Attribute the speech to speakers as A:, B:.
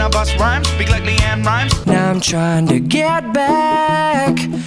A: of us rhymes, speak like Leanne rhymes.
B: Now I'm trying to get back